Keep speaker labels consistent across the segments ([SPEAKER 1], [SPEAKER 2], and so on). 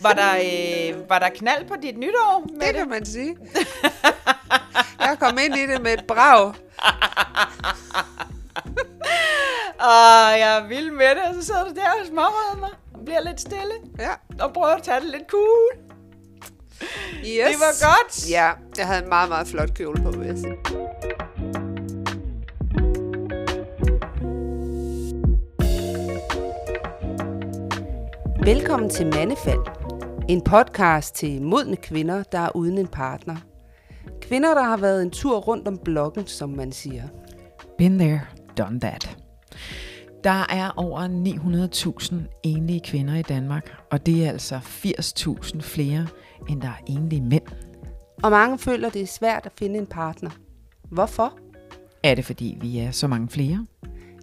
[SPEAKER 1] Var der, øh, var der knald på dit nytår med
[SPEAKER 2] Det
[SPEAKER 1] det?
[SPEAKER 2] kan man sige. Jeg kom ind i det med et brag.
[SPEAKER 1] Og jeg er vild med det, og så sidder du der og smårøder mig og bliver lidt stille
[SPEAKER 2] Ja.
[SPEAKER 1] og prøver at tage det lidt cool.
[SPEAKER 2] Yes.
[SPEAKER 1] Det var godt.
[SPEAKER 2] Ja, jeg havde en meget, meget flot kjole på, vil jeg sige.
[SPEAKER 3] Velkommen til Mandefald, en podcast til modne kvinder, der er uden en partner. Kvinder, der har været en tur rundt om blokken, som man siger.
[SPEAKER 4] Been there, done that. Der er over 900.000 enlige kvinder i Danmark, og det er altså 80.000 flere, end der er enlige mænd.
[SPEAKER 3] Og mange føler, det er svært at finde en partner. Hvorfor?
[SPEAKER 4] Er det fordi, vi er så mange flere?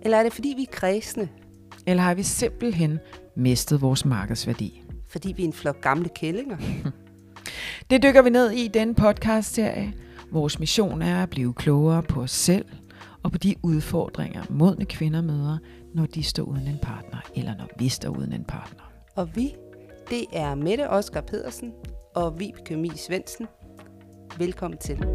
[SPEAKER 3] Eller er det fordi, vi er kredsende?
[SPEAKER 4] Eller har vi simpelthen mistet vores markedsværdi?
[SPEAKER 3] Fordi vi er en flok gamle kællinger?
[SPEAKER 4] Det dykker vi ned i i denne podcastserie. Vores mission er at blive klogere på os selv og på de udfordringer, modne kvinder møder, når de står uden en partner, eller når vi står uden en partner.
[SPEAKER 3] Og vi, det er Mette Oskar Pedersen og Vibeke Mie Svendsen. Velkommen til.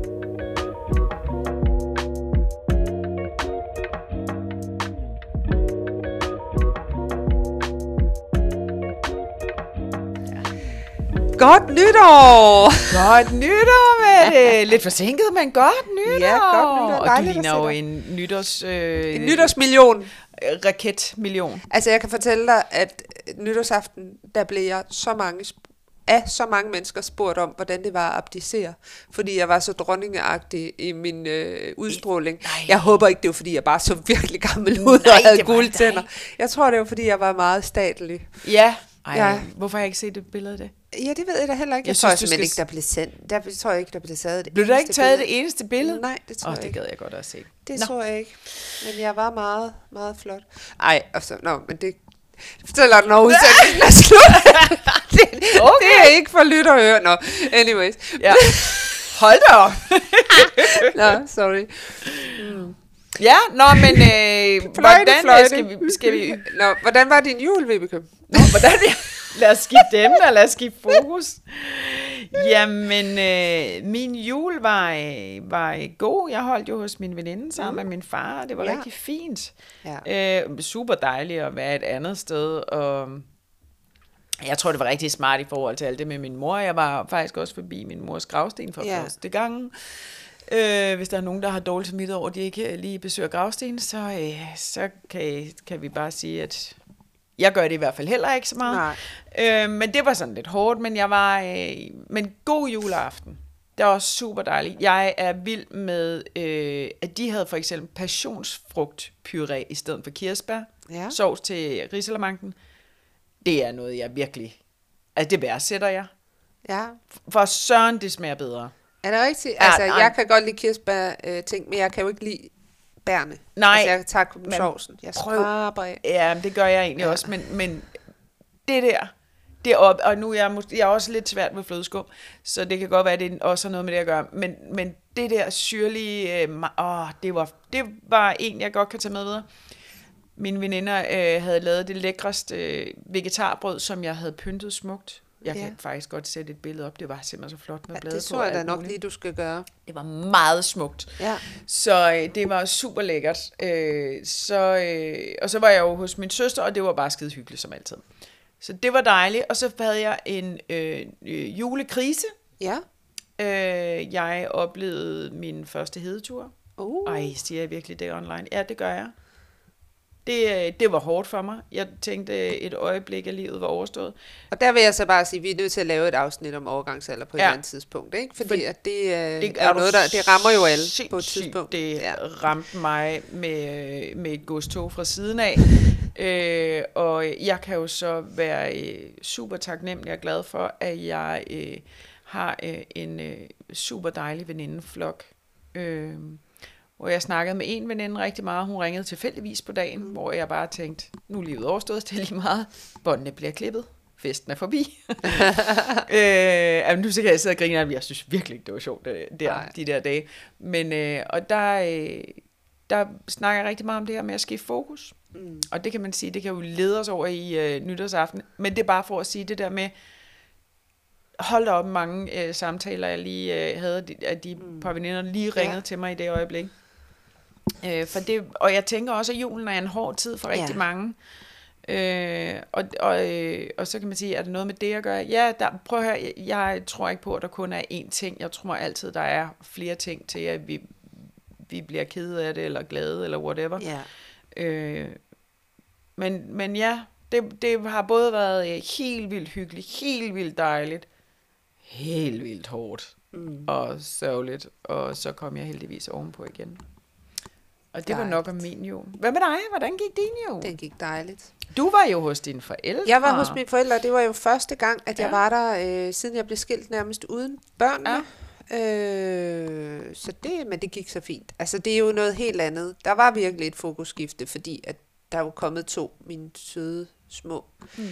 [SPEAKER 2] Godt nytår!
[SPEAKER 1] Godt nytår med det. Lidt forsinket, men godt nytår.
[SPEAKER 2] Ja, godt nytår.
[SPEAKER 1] Og du
[SPEAKER 2] Dejligt at
[SPEAKER 1] ligner
[SPEAKER 2] se
[SPEAKER 1] jo
[SPEAKER 2] dig.
[SPEAKER 1] en nytårs... Øh,
[SPEAKER 2] En nytårsmillion.
[SPEAKER 1] raketmillion.
[SPEAKER 2] Altså, jeg kan fortælle dig, at øh, nytårsaften, der blev jeg så mange sp- af så mange mennesker spurgt om, hvordan det var at abdicere, fordi jeg var så dronningeagtig i min øh, udstråling. Nej. Jeg håber ikke, det var, fordi jeg bare så virkelig gammel ud
[SPEAKER 1] Nej,
[SPEAKER 2] og havde
[SPEAKER 1] det var
[SPEAKER 2] gule
[SPEAKER 1] dig.
[SPEAKER 2] tænder. Jeg tror, det var, fordi jeg var meget statlig.
[SPEAKER 1] Ja. Ej,
[SPEAKER 2] Ja.
[SPEAKER 1] hvorfor har jeg ikke set et billede af det?
[SPEAKER 2] Ja, det ved jeg da heller
[SPEAKER 1] Jeg
[SPEAKER 2] ikke. Jeg, jeg
[SPEAKER 1] synes,
[SPEAKER 2] tror
[SPEAKER 1] du
[SPEAKER 2] simpelthen ikke,
[SPEAKER 1] skal-
[SPEAKER 2] der blev sendt. Der tror jeg ikke, der blev taget det
[SPEAKER 1] Blev der
[SPEAKER 2] eneste
[SPEAKER 1] ikke taget
[SPEAKER 2] billede.
[SPEAKER 1] det eneste billede?
[SPEAKER 2] Nej, det tror
[SPEAKER 1] Åh,
[SPEAKER 2] jeg
[SPEAKER 1] det
[SPEAKER 2] ikke.
[SPEAKER 1] gad jeg godt at se.
[SPEAKER 2] Det
[SPEAKER 1] Nå.
[SPEAKER 2] Nå. så jeg ikke. Men jeg var meget, meget flot. Ej, altså, nå, men det... det fortæller den over udsendelsen er slut. det, okay. det er ikke for lytter og høre. Nå, anyways.
[SPEAKER 1] Ja. Hold da op.
[SPEAKER 2] Nå, sorry.
[SPEAKER 1] Ja, nå, men øh,
[SPEAKER 2] Fløjte,
[SPEAKER 1] hvordan
[SPEAKER 2] fløjte.
[SPEAKER 1] skal vi... Skal vi
[SPEAKER 2] Nå, hvordan var din jul, Vibeke?
[SPEAKER 1] Nå, hvordan, lad os skifte emne, og lad os skifte fokus. Jamen, øh, min jul var, øh, var øh, god. Jeg holdt jo hos min veninde sammen med min far, og det var Mm. ja.
[SPEAKER 2] Ja.
[SPEAKER 1] rigtig fint.
[SPEAKER 2] Ja.
[SPEAKER 1] Øh, super dejligt at være et andet sted, og jeg tror, det var rigtig smart i forhold til alt det med min mor. Jeg var faktisk også forbi min mors gravsten for ja.
[SPEAKER 2] Ja.
[SPEAKER 1] første gang. Øh, hvis der er nogen, der har dårligt smittet over, at de ikke øh, lige besøger gravsten, så, øh, så kan, kan vi bare sige, at jeg gør det i hvert fald heller ikke så meget. Øh, men det var sådan lidt hårdt, men jeg var... Øh, men god juleaften. Det var super dejligt. Jeg er vild med, øh, at de havde for eksempel passionsfrugtpuré i stedet for kirsebær.
[SPEAKER 2] Ja.
[SPEAKER 1] Sovs til risalamanken. Det er noget, jeg virkelig... Altså, det værdsætter jeg.
[SPEAKER 2] Ja.
[SPEAKER 1] For søren, det smager bedre.
[SPEAKER 2] Er det rigtigt? Altså,
[SPEAKER 1] nej.
[SPEAKER 2] jeg kan godt lide kirsebær-ting, men jeg kan jo ikke lide bærne.
[SPEAKER 1] Nej,
[SPEAKER 2] Altså, jeg tager kun
[SPEAKER 1] men
[SPEAKER 2] sovsen. Jeg
[SPEAKER 1] prøv.
[SPEAKER 2] skraber af.
[SPEAKER 1] Ja, men det gør jeg egentlig ja.
[SPEAKER 2] Ja.
[SPEAKER 1] også, men, men det der, det er op, og nu er jeg, mås- jeg er også lidt svært med flødeskum, så det kan godt være, at det også har noget med det at gøre, men, men det der syrlige, øh, ma- åh, det, var, det var en, jeg godt kan tage med videre. Mine veninder øh, havde lavet det lækreste øh, vegetarbrød, som jeg havde pyntet smukt. Jeg kan
[SPEAKER 2] Ja.
[SPEAKER 1] faktisk godt sætte et billede op, det var simpelthen så flot med
[SPEAKER 2] Ja,
[SPEAKER 1] blade
[SPEAKER 2] det
[SPEAKER 1] på.
[SPEAKER 2] tror
[SPEAKER 1] og
[SPEAKER 2] jeg da
[SPEAKER 1] alt
[SPEAKER 2] nok
[SPEAKER 1] muligt.
[SPEAKER 2] lige, du skal gøre.
[SPEAKER 1] Det var meget smukt.
[SPEAKER 2] Ja.
[SPEAKER 1] Så øh, det var super lækkert. Øh, så, øh, og så var jeg jo hos min søster, og det var bare skide hyggeligt som altid. Så det var dejligt. Og så havde jeg en øh, øh, julekrise.
[SPEAKER 2] Ja.
[SPEAKER 1] Øh, jeg oplevede min første hedetur.
[SPEAKER 2] Uh.
[SPEAKER 1] Ej, siger jeg virkelig det online? Ja, det gør jeg. Det, øh, det var hårdt for mig. Jeg tænkte øh, et øjeblik, at livet var overstået.
[SPEAKER 2] Og der vil jeg så bare sige, at vi er nødt til at lave et afsnit om overgangsalder på ja.
[SPEAKER 1] Ja.
[SPEAKER 2] et eller andet tidspunkt, ikke? Fordi
[SPEAKER 1] For-
[SPEAKER 2] at det, øh, det er
[SPEAKER 1] er
[SPEAKER 2] jo
[SPEAKER 1] du
[SPEAKER 2] noget, der, det rammer jo alle på et
[SPEAKER 1] sindssygt,
[SPEAKER 2] tidspunkt.
[SPEAKER 1] Det
[SPEAKER 2] Ja.
[SPEAKER 1] ja. ramte mig med, med et godstog fra siden af. øh, og jeg kan jo så være øh, super taknemmelig og glad for, at jeg øh, har øh, en øh, super dejlig venindeflok. Øh, hvor jeg snakkede med en veninde rigtig meget. Hun ringede tilfældigvis på dagen, mm. hvor jeg bare tænkte, nu er livet overstået, det er lige meget. Båndene bliver klippet. Festen er forbi. øh, jamen, nu kan jeg sidde og grine af, dem. jeg synes virkelig ikke, det var sjovt det, der,
[SPEAKER 2] Nej.
[SPEAKER 1] de der dage. Men, øh, og der, øh, der snakker jeg rigtig meget om det her med at skifte fokus. Mm. Og det kan man sige, det kan jo lede os over i øh, nytårsaften. Men det er bare for at sige det der med, hold da op mange øh, samtaler, jeg lige øh, havde, de- at de mm. par veninder lige ringede ja. til mig i det øjeblik. Øh, for det, og jeg tænker også, at julen er en hård tid for rigtig
[SPEAKER 3] Ja.
[SPEAKER 1] ja. mange. Øh, og, og, øh, og så kan man sige, er der noget med det at gøre? Ja, der, prøv at høre, jeg, jeg tror ikke på, at der kun er én ting. Jeg tror altid, der er flere ting til, at vi, vi bliver kede af det, eller glade, eller whatever.
[SPEAKER 3] Ja.
[SPEAKER 1] Øh, men, men ja, det, det har både været øh, helt vildt hyggeligt, helt vildt dejligt, helt vildt hårdt mm. og sørgeligt, og så kom jeg heldigvis ovenpå igen. Og det var nok om min jul. Hvad med dig? Hvordan gik din jul?
[SPEAKER 2] Den gik dejligt.
[SPEAKER 1] Du var jo hos dine forældre.
[SPEAKER 2] Jeg var hos mine forældre, og det var jo første gang, at jeg
[SPEAKER 1] Ja.
[SPEAKER 2] var der, øh, siden jeg blev skilt nærmest uden børnene. Ja. Øh, så det, men det gik så fint. Altså, det er jo noget helt andet. Der var virkelig et fokusskifte, fordi at der er jo kommet to, mine søde små
[SPEAKER 1] Ja.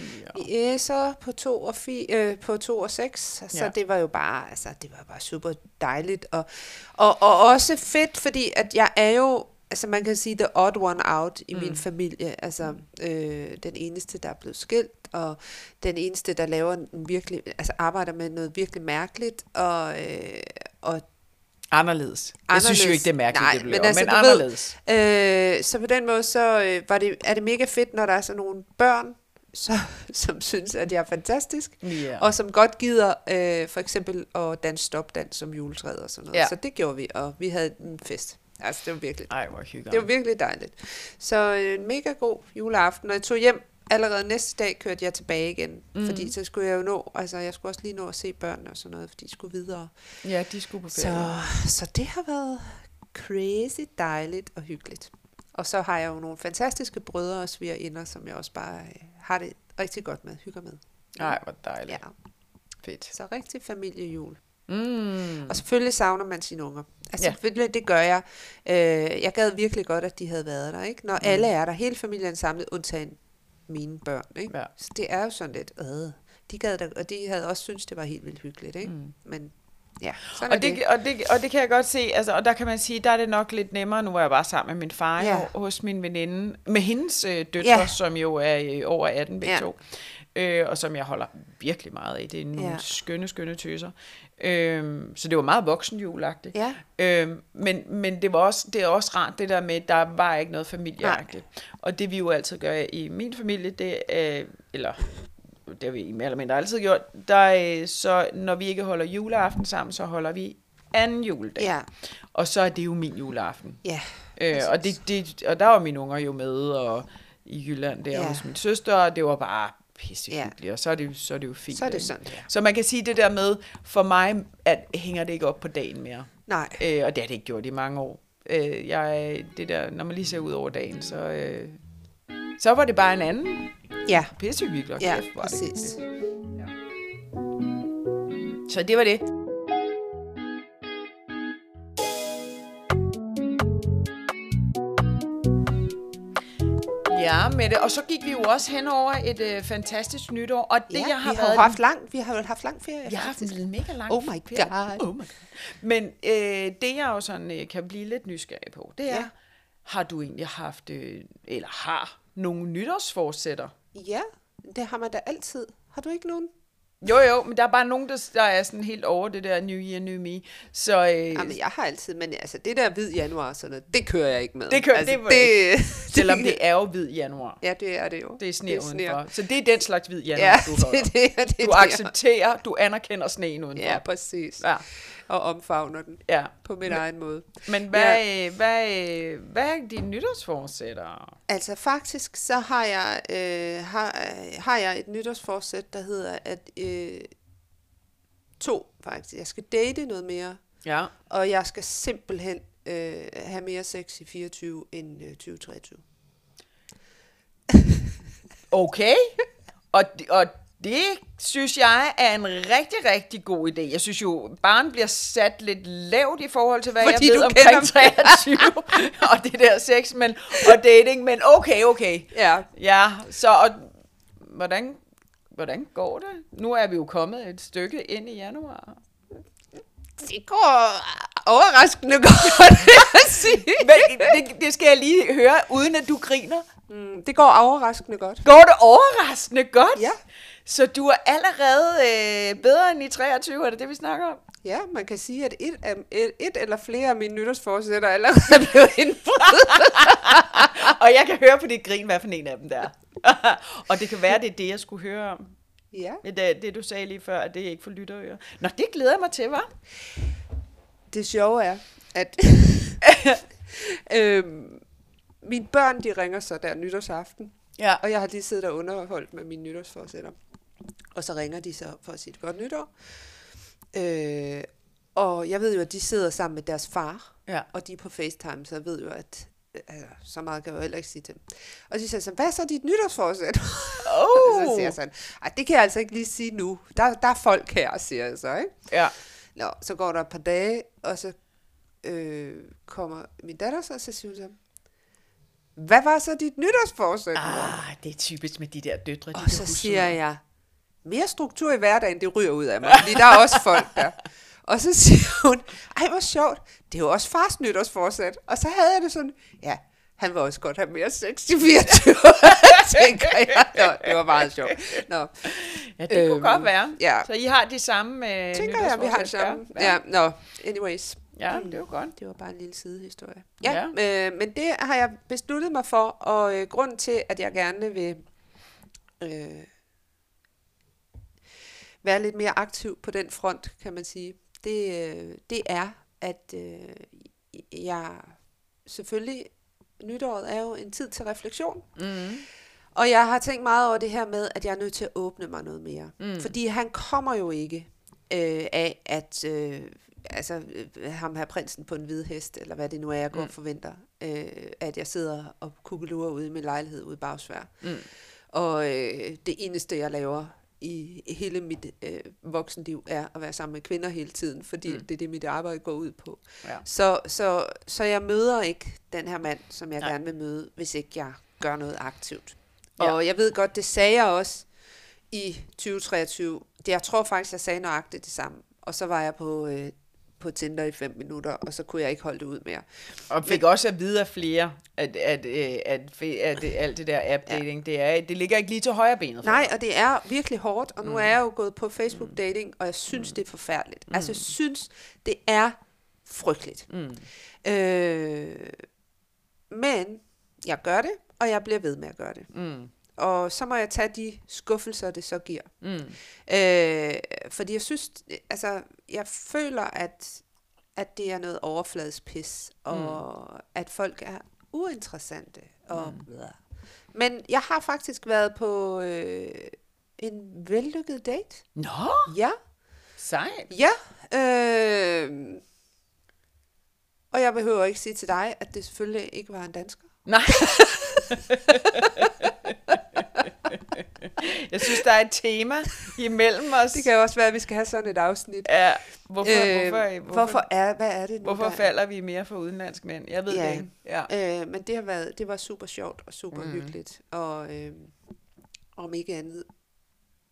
[SPEAKER 2] ja. æser på to og, fi, øh, på to og seks, så ja.
[SPEAKER 1] Ja.
[SPEAKER 2] det var jo bare, altså, det var bare super dejligt, og, og, og også fedt, fordi at jeg er jo, altså man kan sige the odd one out i mm. min familie, altså øh, den eneste, der er blevet skilt, og den eneste, der laver en virkelig, altså arbejder med noget virkelig mærkeligt, og, øh, og
[SPEAKER 1] Anderledes. Jeg synes jo
[SPEAKER 2] Anderledes.
[SPEAKER 1] ikke, det er mærkeligt,
[SPEAKER 2] Nej,
[SPEAKER 1] det blev
[SPEAKER 2] men
[SPEAKER 1] men,
[SPEAKER 2] altså,
[SPEAKER 1] men
[SPEAKER 2] du ved-
[SPEAKER 1] anderledes.
[SPEAKER 2] Øh, så på den måde, så øh, var det, er det mega fedt, når der er sådan nogle børn, så, som synes, at jeg er fantastisk,
[SPEAKER 1] Ja.
[SPEAKER 2] og som godt gider øh, for eksempel at danse stopdans som juletræet og sådan noget.
[SPEAKER 1] Ja.
[SPEAKER 2] Så det gjorde vi, og vi havde en fest. Altså, det var virkelig,
[SPEAKER 1] Ej, hvor hyggeligt.
[SPEAKER 2] det var virkelig dejligt. Så øh, en mega god juleaften, og jeg tog hjem allerede næste dag kørte jeg tilbage igen, mm. fordi så skulle jeg jo nå, altså jeg skulle også lige nå at se børnene og sådan noget, fordi de skulle videre.
[SPEAKER 1] Ja, de skulle på ferie.
[SPEAKER 2] Så, så det har været crazy dejligt og hyggeligt. Og så har jeg jo nogle fantastiske brødre og svigerinder, som jeg også bare øh, har det rigtig godt med, hygger med.
[SPEAKER 1] Ej, hvor dejligt.
[SPEAKER 2] Ja,
[SPEAKER 1] Ja. Fedt.
[SPEAKER 2] så rigtig familiejul.
[SPEAKER 1] Mm.
[SPEAKER 2] Og selvfølgelig savner man sine unger. Altså,
[SPEAKER 1] Ja.
[SPEAKER 2] ja. det, det gør jeg. Øh, jeg gad virkelig godt, at de havde været der, ikke? Når mm. alle er der, hele familien er samlet, undtagen mine børn, ikke?
[SPEAKER 1] Mm. Ja.
[SPEAKER 2] Så det er jo sådan lidt, øh, de gad da, og de havde også syntes, det var helt vildt hyggeligt, ikke? Mm. Men ja, sådan er
[SPEAKER 1] og det, og, det, og det kan jeg godt se, altså, og der kan man sige, der er det nok lidt nemmere, nu var jeg bare sammen med min far
[SPEAKER 2] Ja.
[SPEAKER 1] ja. hos min veninde, med hendes øh, døtre,
[SPEAKER 2] Ja.
[SPEAKER 1] ja. som jo er øh, over 18 begge
[SPEAKER 2] Ja.
[SPEAKER 1] ja. to, øh, og som jeg holder virkelig meget af. Det er nogle
[SPEAKER 2] Ja.
[SPEAKER 1] ja. skønne, skønne tøser. Øh, så det var meget voksenjulagtigt.
[SPEAKER 2] Ja.
[SPEAKER 1] Øh, men men det, var også, det er også rart det der med, at der var ikke noget familieagtigt. Og det vi jo altid gør i min familie, det øh, eller det har vi mere eller mindre altid gjort, der, øh, så når vi ikke holder juleaften sammen, så holder vi anden juledag.
[SPEAKER 2] Ja.
[SPEAKER 1] Og så er det jo min juleaften.
[SPEAKER 2] Ja,
[SPEAKER 1] Øh, og, det, det, og der var mine unger jo med, og i Jylland der
[SPEAKER 2] Ja.
[SPEAKER 1] ja. hos min søster, og det var bare
[SPEAKER 2] Ja.
[SPEAKER 1] pissehyggeligt, og så er, det, jo- så er det jo fint.
[SPEAKER 2] Så er det
[SPEAKER 1] ikke?
[SPEAKER 2] sådan, ja.
[SPEAKER 1] Så man kan sige det der med, for mig at hænger det ikke op på dagen mere.
[SPEAKER 2] nej.
[SPEAKER 1] Øh, og det har det ikke gjort i mange år. Øh, jeg, det der, når man lige ser ud over dagen, så, øh, så var det bare en anden
[SPEAKER 2] Ja,
[SPEAKER 1] pissehyggelig. og
[SPEAKER 2] ja,
[SPEAKER 1] kæft, hvor er det
[SPEAKER 2] præcis.
[SPEAKER 1] hyggeligt. Så det var det. Ja, med det. Og så gik vi jo også hen over et øh, fantastisk nytår, og det
[SPEAKER 2] ja,
[SPEAKER 1] jeg har
[SPEAKER 2] vi har
[SPEAKER 1] været
[SPEAKER 2] jo haft lang, vi har jo haft lang ferie.
[SPEAKER 1] Jeg har haft
[SPEAKER 2] faktisk.
[SPEAKER 1] en mega lang
[SPEAKER 2] Oh my
[SPEAKER 1] ferie.
[SPEAKER 2] God.
[SPEAKER 1] Oh my God. Men øh, det, jeg jo sådan øh, kan blive lidt nysgerrig på, det er,
[SPEAKER 2] Ja.
[SPEAKER 1] ja. har du egentlig haft, øh, eller har, nogle nytårsforsætter?
[SPEAKER 2] Ja, det har man da altid. Har du ikke nogen?
[SPEAKER 1] Jo, jo, men der er bare nogen, der, der er sådan helt over det der New Year, New Me. Så øh,
[SPEAKER 2] Jamen, jeg har altid, men altså det der hvid januar og sådan noget, det kører jeg ikke med.
[SPEAKER 1] Det kører-
[SPEAKER 2] altså,
[SPEAKER 1] det må
[SPEAKER 2] det,
[SPEAKER 1] selvom det er jo hvid januar.
[SPEAKER 2] Ja, det er det jo.
[SPEAKER 1] Det er sne det er
[SPEAKER 2] Ja,
[SPEAKER 1] udenfor. Så det er den slags hvid januar,
[SPEAKER 2] ja
[SPEAKER 1] du
[SPEAKER 2] det er
[SPEAKER 1] holder.
[SPEAKER 2] det, og det er
[SPEAKER 1] Du
[SPEAKER 2] det.
[SPEAKER 1] accepterer, du anerkender sneen udenfor.
[SPEAKER 2] Ja, præcis.
[SPEAKER 1] Ja.
[SPEAKER 2] Og omfavner den
[SPEAKER 1] ja.
[SPEAKER 2] på min egen måde.
[SPEAKER 1] Men hvad, ja. hvad, øh, hvad er dine nytårsforsætter?
[SPEAKER 2] Altså faktisk, så har jeg, øh, har, øh, har jeg et nytårsforsæt, der hedder, at øh, to faktisk, jeg skal date noget mere,
[SPEAKER 1] Ja.
[SPEAKER 2] Og jeg skal simpelthen øh, have mere sex i 24 end øh, 2023.
[SPEAKER 1] Okay. Og, det- og det synes jeg er en rigtig, rigtig god idé. Jeg synes jo, barn bliver sat lidt lavt i forhold til, hvad
[SPEAKER 2] Fordi
[SPEAKER 1] jeg ved
[SPEAKER 2] du kender
[SPEAKER 1] omkring 23 og det der sex men, og dating. Men okay, okay.
[SPEAKER 2] Ja.
[SPEAKER 1] Ja, så og, hvordan, hvordan går det? Nu er vi jo kommet et stykke ind i januar.
[SPEAKER 2] Det går overraskende godt, vil jeg sige.
[SPEAKER 1] Men det, det skal jeg lige høre, uden at du griner.
[SPEAKER 2] Mm, det går overraskende godt.
[SPEAKER 1] Går det overraskende godt?
[SPEAKER 2] Ja.
[SPEAKER 1] Så du er allerede øh, bedre end i 23, er det det, vi snakker om?
[SPEAKER 2] Ja, man kan sige, at et, af, et, et eller flere af mine nytårsforsætter er allerede blevet indfriet.
[SPEAKER 1] Og jeg kan høre på dit grin, hvad for en af dem der. og det kan være, det er det, jeg skulle høre om.
[SPEAKER 2] ja,
[SPEAKER 1] Men Det, det du sagde lige før, at det er ikke for lytterører. Nå, det glæder jeg mig til, hva'?
[SPEAKER 2] det sjove er, at øhm, mine børn, de ringer så der nytårsaften,
[SPEAKER 1] Ja.
[SPEAKER 2] og jeg har lige siddet og underholdt med mine nytårsforsætter. Og så ringer de så for at sige et godt nytår. Øh, og jeg ved jo, at de sidder sammen med deres far,
[SPEAKER 1] Ja.
[SPEAKER 2] og de er på FaceTime, så jeg ved jo, at altså, så meget kan jeg jo heller ikke sige til dem. Og de siger så, hvad er så dit nytårsforsæt?
[SPEAKER 1] Oh.
[SPEAKER 2] så siger jeg sådan, Ej, det kan jeg altså ikke lige sige nu. Der, der er folk her, siger jeg så, ikke?
[SPEAKER 1] Ja.
[SPEAKER 2] Nå, så går der et par dage, og så øh, kommer min datter så, og så siger hun så, hvad var så dit nytårsforsæt? Ah,
[SPEAKER 1] Ah, det er typisk med de der døtre, de
[SPEAKER 2] og
[SPEAKER 1] kan
[SPEAKER 2] så
[SPEAKER 1] huske
[SPEAKER 2] siger
[SPEAKER 1] noget.
[SPEAKER 2] jeg, mere struktur i hverdagen, det ryger ud af mig, fordi der er også folk der. Og så siger hun, ej hvor sjovt, det er jo også fars nytårsforsæt. Og så havde jeg det sådan, ja, han vil også godt have mere sex i 24, tænker jeg. Nå, det var meget sjovt. Nå,
[SPEAKER 1] Ja, det øhm, kunne
[SPEAKER 2] Øhm,
[SPEAKER 1] godt være.
[SPEAKER 2] ja.
[SPEAKER 1] Så I har de samme øh,
[SPEAKER 2] tænker jeg, vi har det samme.
[SPEAKER 1] Ja. Ja.
[SPEAKER 2] Ja, nå, anyways.
[SPEAKER 1] ja, det er jo godt.
[SPEAKER 2] Det var bare en lille sidehistorie. Ja, ja. Øh, men det har jeg besluttet mig for, og øh, grunden til, at jeg gerne vil øh, være lidt mere aktiv på den front, kan man sige, det, øh, det er, at øh, jeg selvfølgelig, nytåret er jo en tid til refleksion, Mm-hmm.
[SPEAKER 1] Mm.
[SPEAKER 2] og jeg har tænkt meget over det her med, at jeg er nødt til at åbne mig noget mere. Mm. Fordi han kommer jo ikke øh, af, at øh, altså, øh, ham her prinsen på en hvid hest, eller hvad det nu er, jeg går mm. og forventer, øh, at jeg sidder og kukkelurer ude i min lejlighed ude i Bagsvær. Mm. Og øh, det eneste, jeg laver i hele mit øh, voksenliv, er at være sammen med kvinder hele tiden, fordi mm. det er det, mit arbejde går ud på.
[SPEAKER 1] Ja.
[SPEAKER 2] Så, så, så jeg møder ikke den her mand, som jeg
[SPEAKER 1] Nej.
[SPEAKER 2] Nej. gerne vil møde, hvis ikke jeg gør noget aktivt.
[SPEAKER 1] Ja.
[SPEAKER 2] Og jeg ved godt, det sagde jeg også i 2023. Det, jeg tror faktisk, jeg sagde nøjagtigt det samme. Og så var jeg på, øh, på Tinder i fem minutter, og så kunne jeg ikke holde det ud mere.
[SPEAKER 1] Og fik også at vide af flere, at, at, øh, at, fe- at, at alt det der app-dating, ja. det, er, det ligger ikke lige til højre benet.
[SPEAKER 2] Nej, og det er virkelig hårdt, og nu
[SPEAKER 1] Mm.
[SPEAKER 2] er jeg jo gået på Facebook dating, og jeg synes, det er forfærdeligt. Altså, jeg synes, det er frygteligt.
[SPEAKER 1] Mm.
[SPEAKER 2] Øh, men jeg gør det, og jeg bliver ved med at gøre det.
[SPEAKER 1] Mm.
[SPEAKER 2] Og så må jeg tage de skuffelser, det så giver.
[SPEAKER 1] Mm.
[SPEAKER 2] Øh, fordi jeg synes, altså, jeg føler, at, at det er noget overfladespis, og mm. at folk er uinteressante. Og mm. Men jeg har faktisk været på øh, en vellykket date.
[SPEAKER 1] Nå,
[SPEAKER 2] Ja,
[SPEAKER 1] sejt.
[SPEAKER 2] ja. Øh, og jeg behøver ikke sige til dig, at det selvfølgelig ikke var en dansker.
[SPEAKER 1] Nej. jeg synes, der er et tema imellem os.
[SPEAKER 2] Det kan jo også være, at vi skal have sådan et afsnit.
[SPEAKER 1] Ja, hvorfor, øh, hvorfor,
[SPEAKER 2] hvorfor, hvorfor er, hvad er det nu,
[SPEAKER 1] hvorfor
[SPEAKER 2] der er-
[SPEAKER 1] falder vi mere for udenlandsk mænd? Jeg ved
[SPEAKER 2] Ja.
[SPEAKER 1] det ikke. Ja.
[SPEAKER 2] Øh, men det har været, det var super sjovt og super mm. hyggeligt. Og øh, om ikke andet,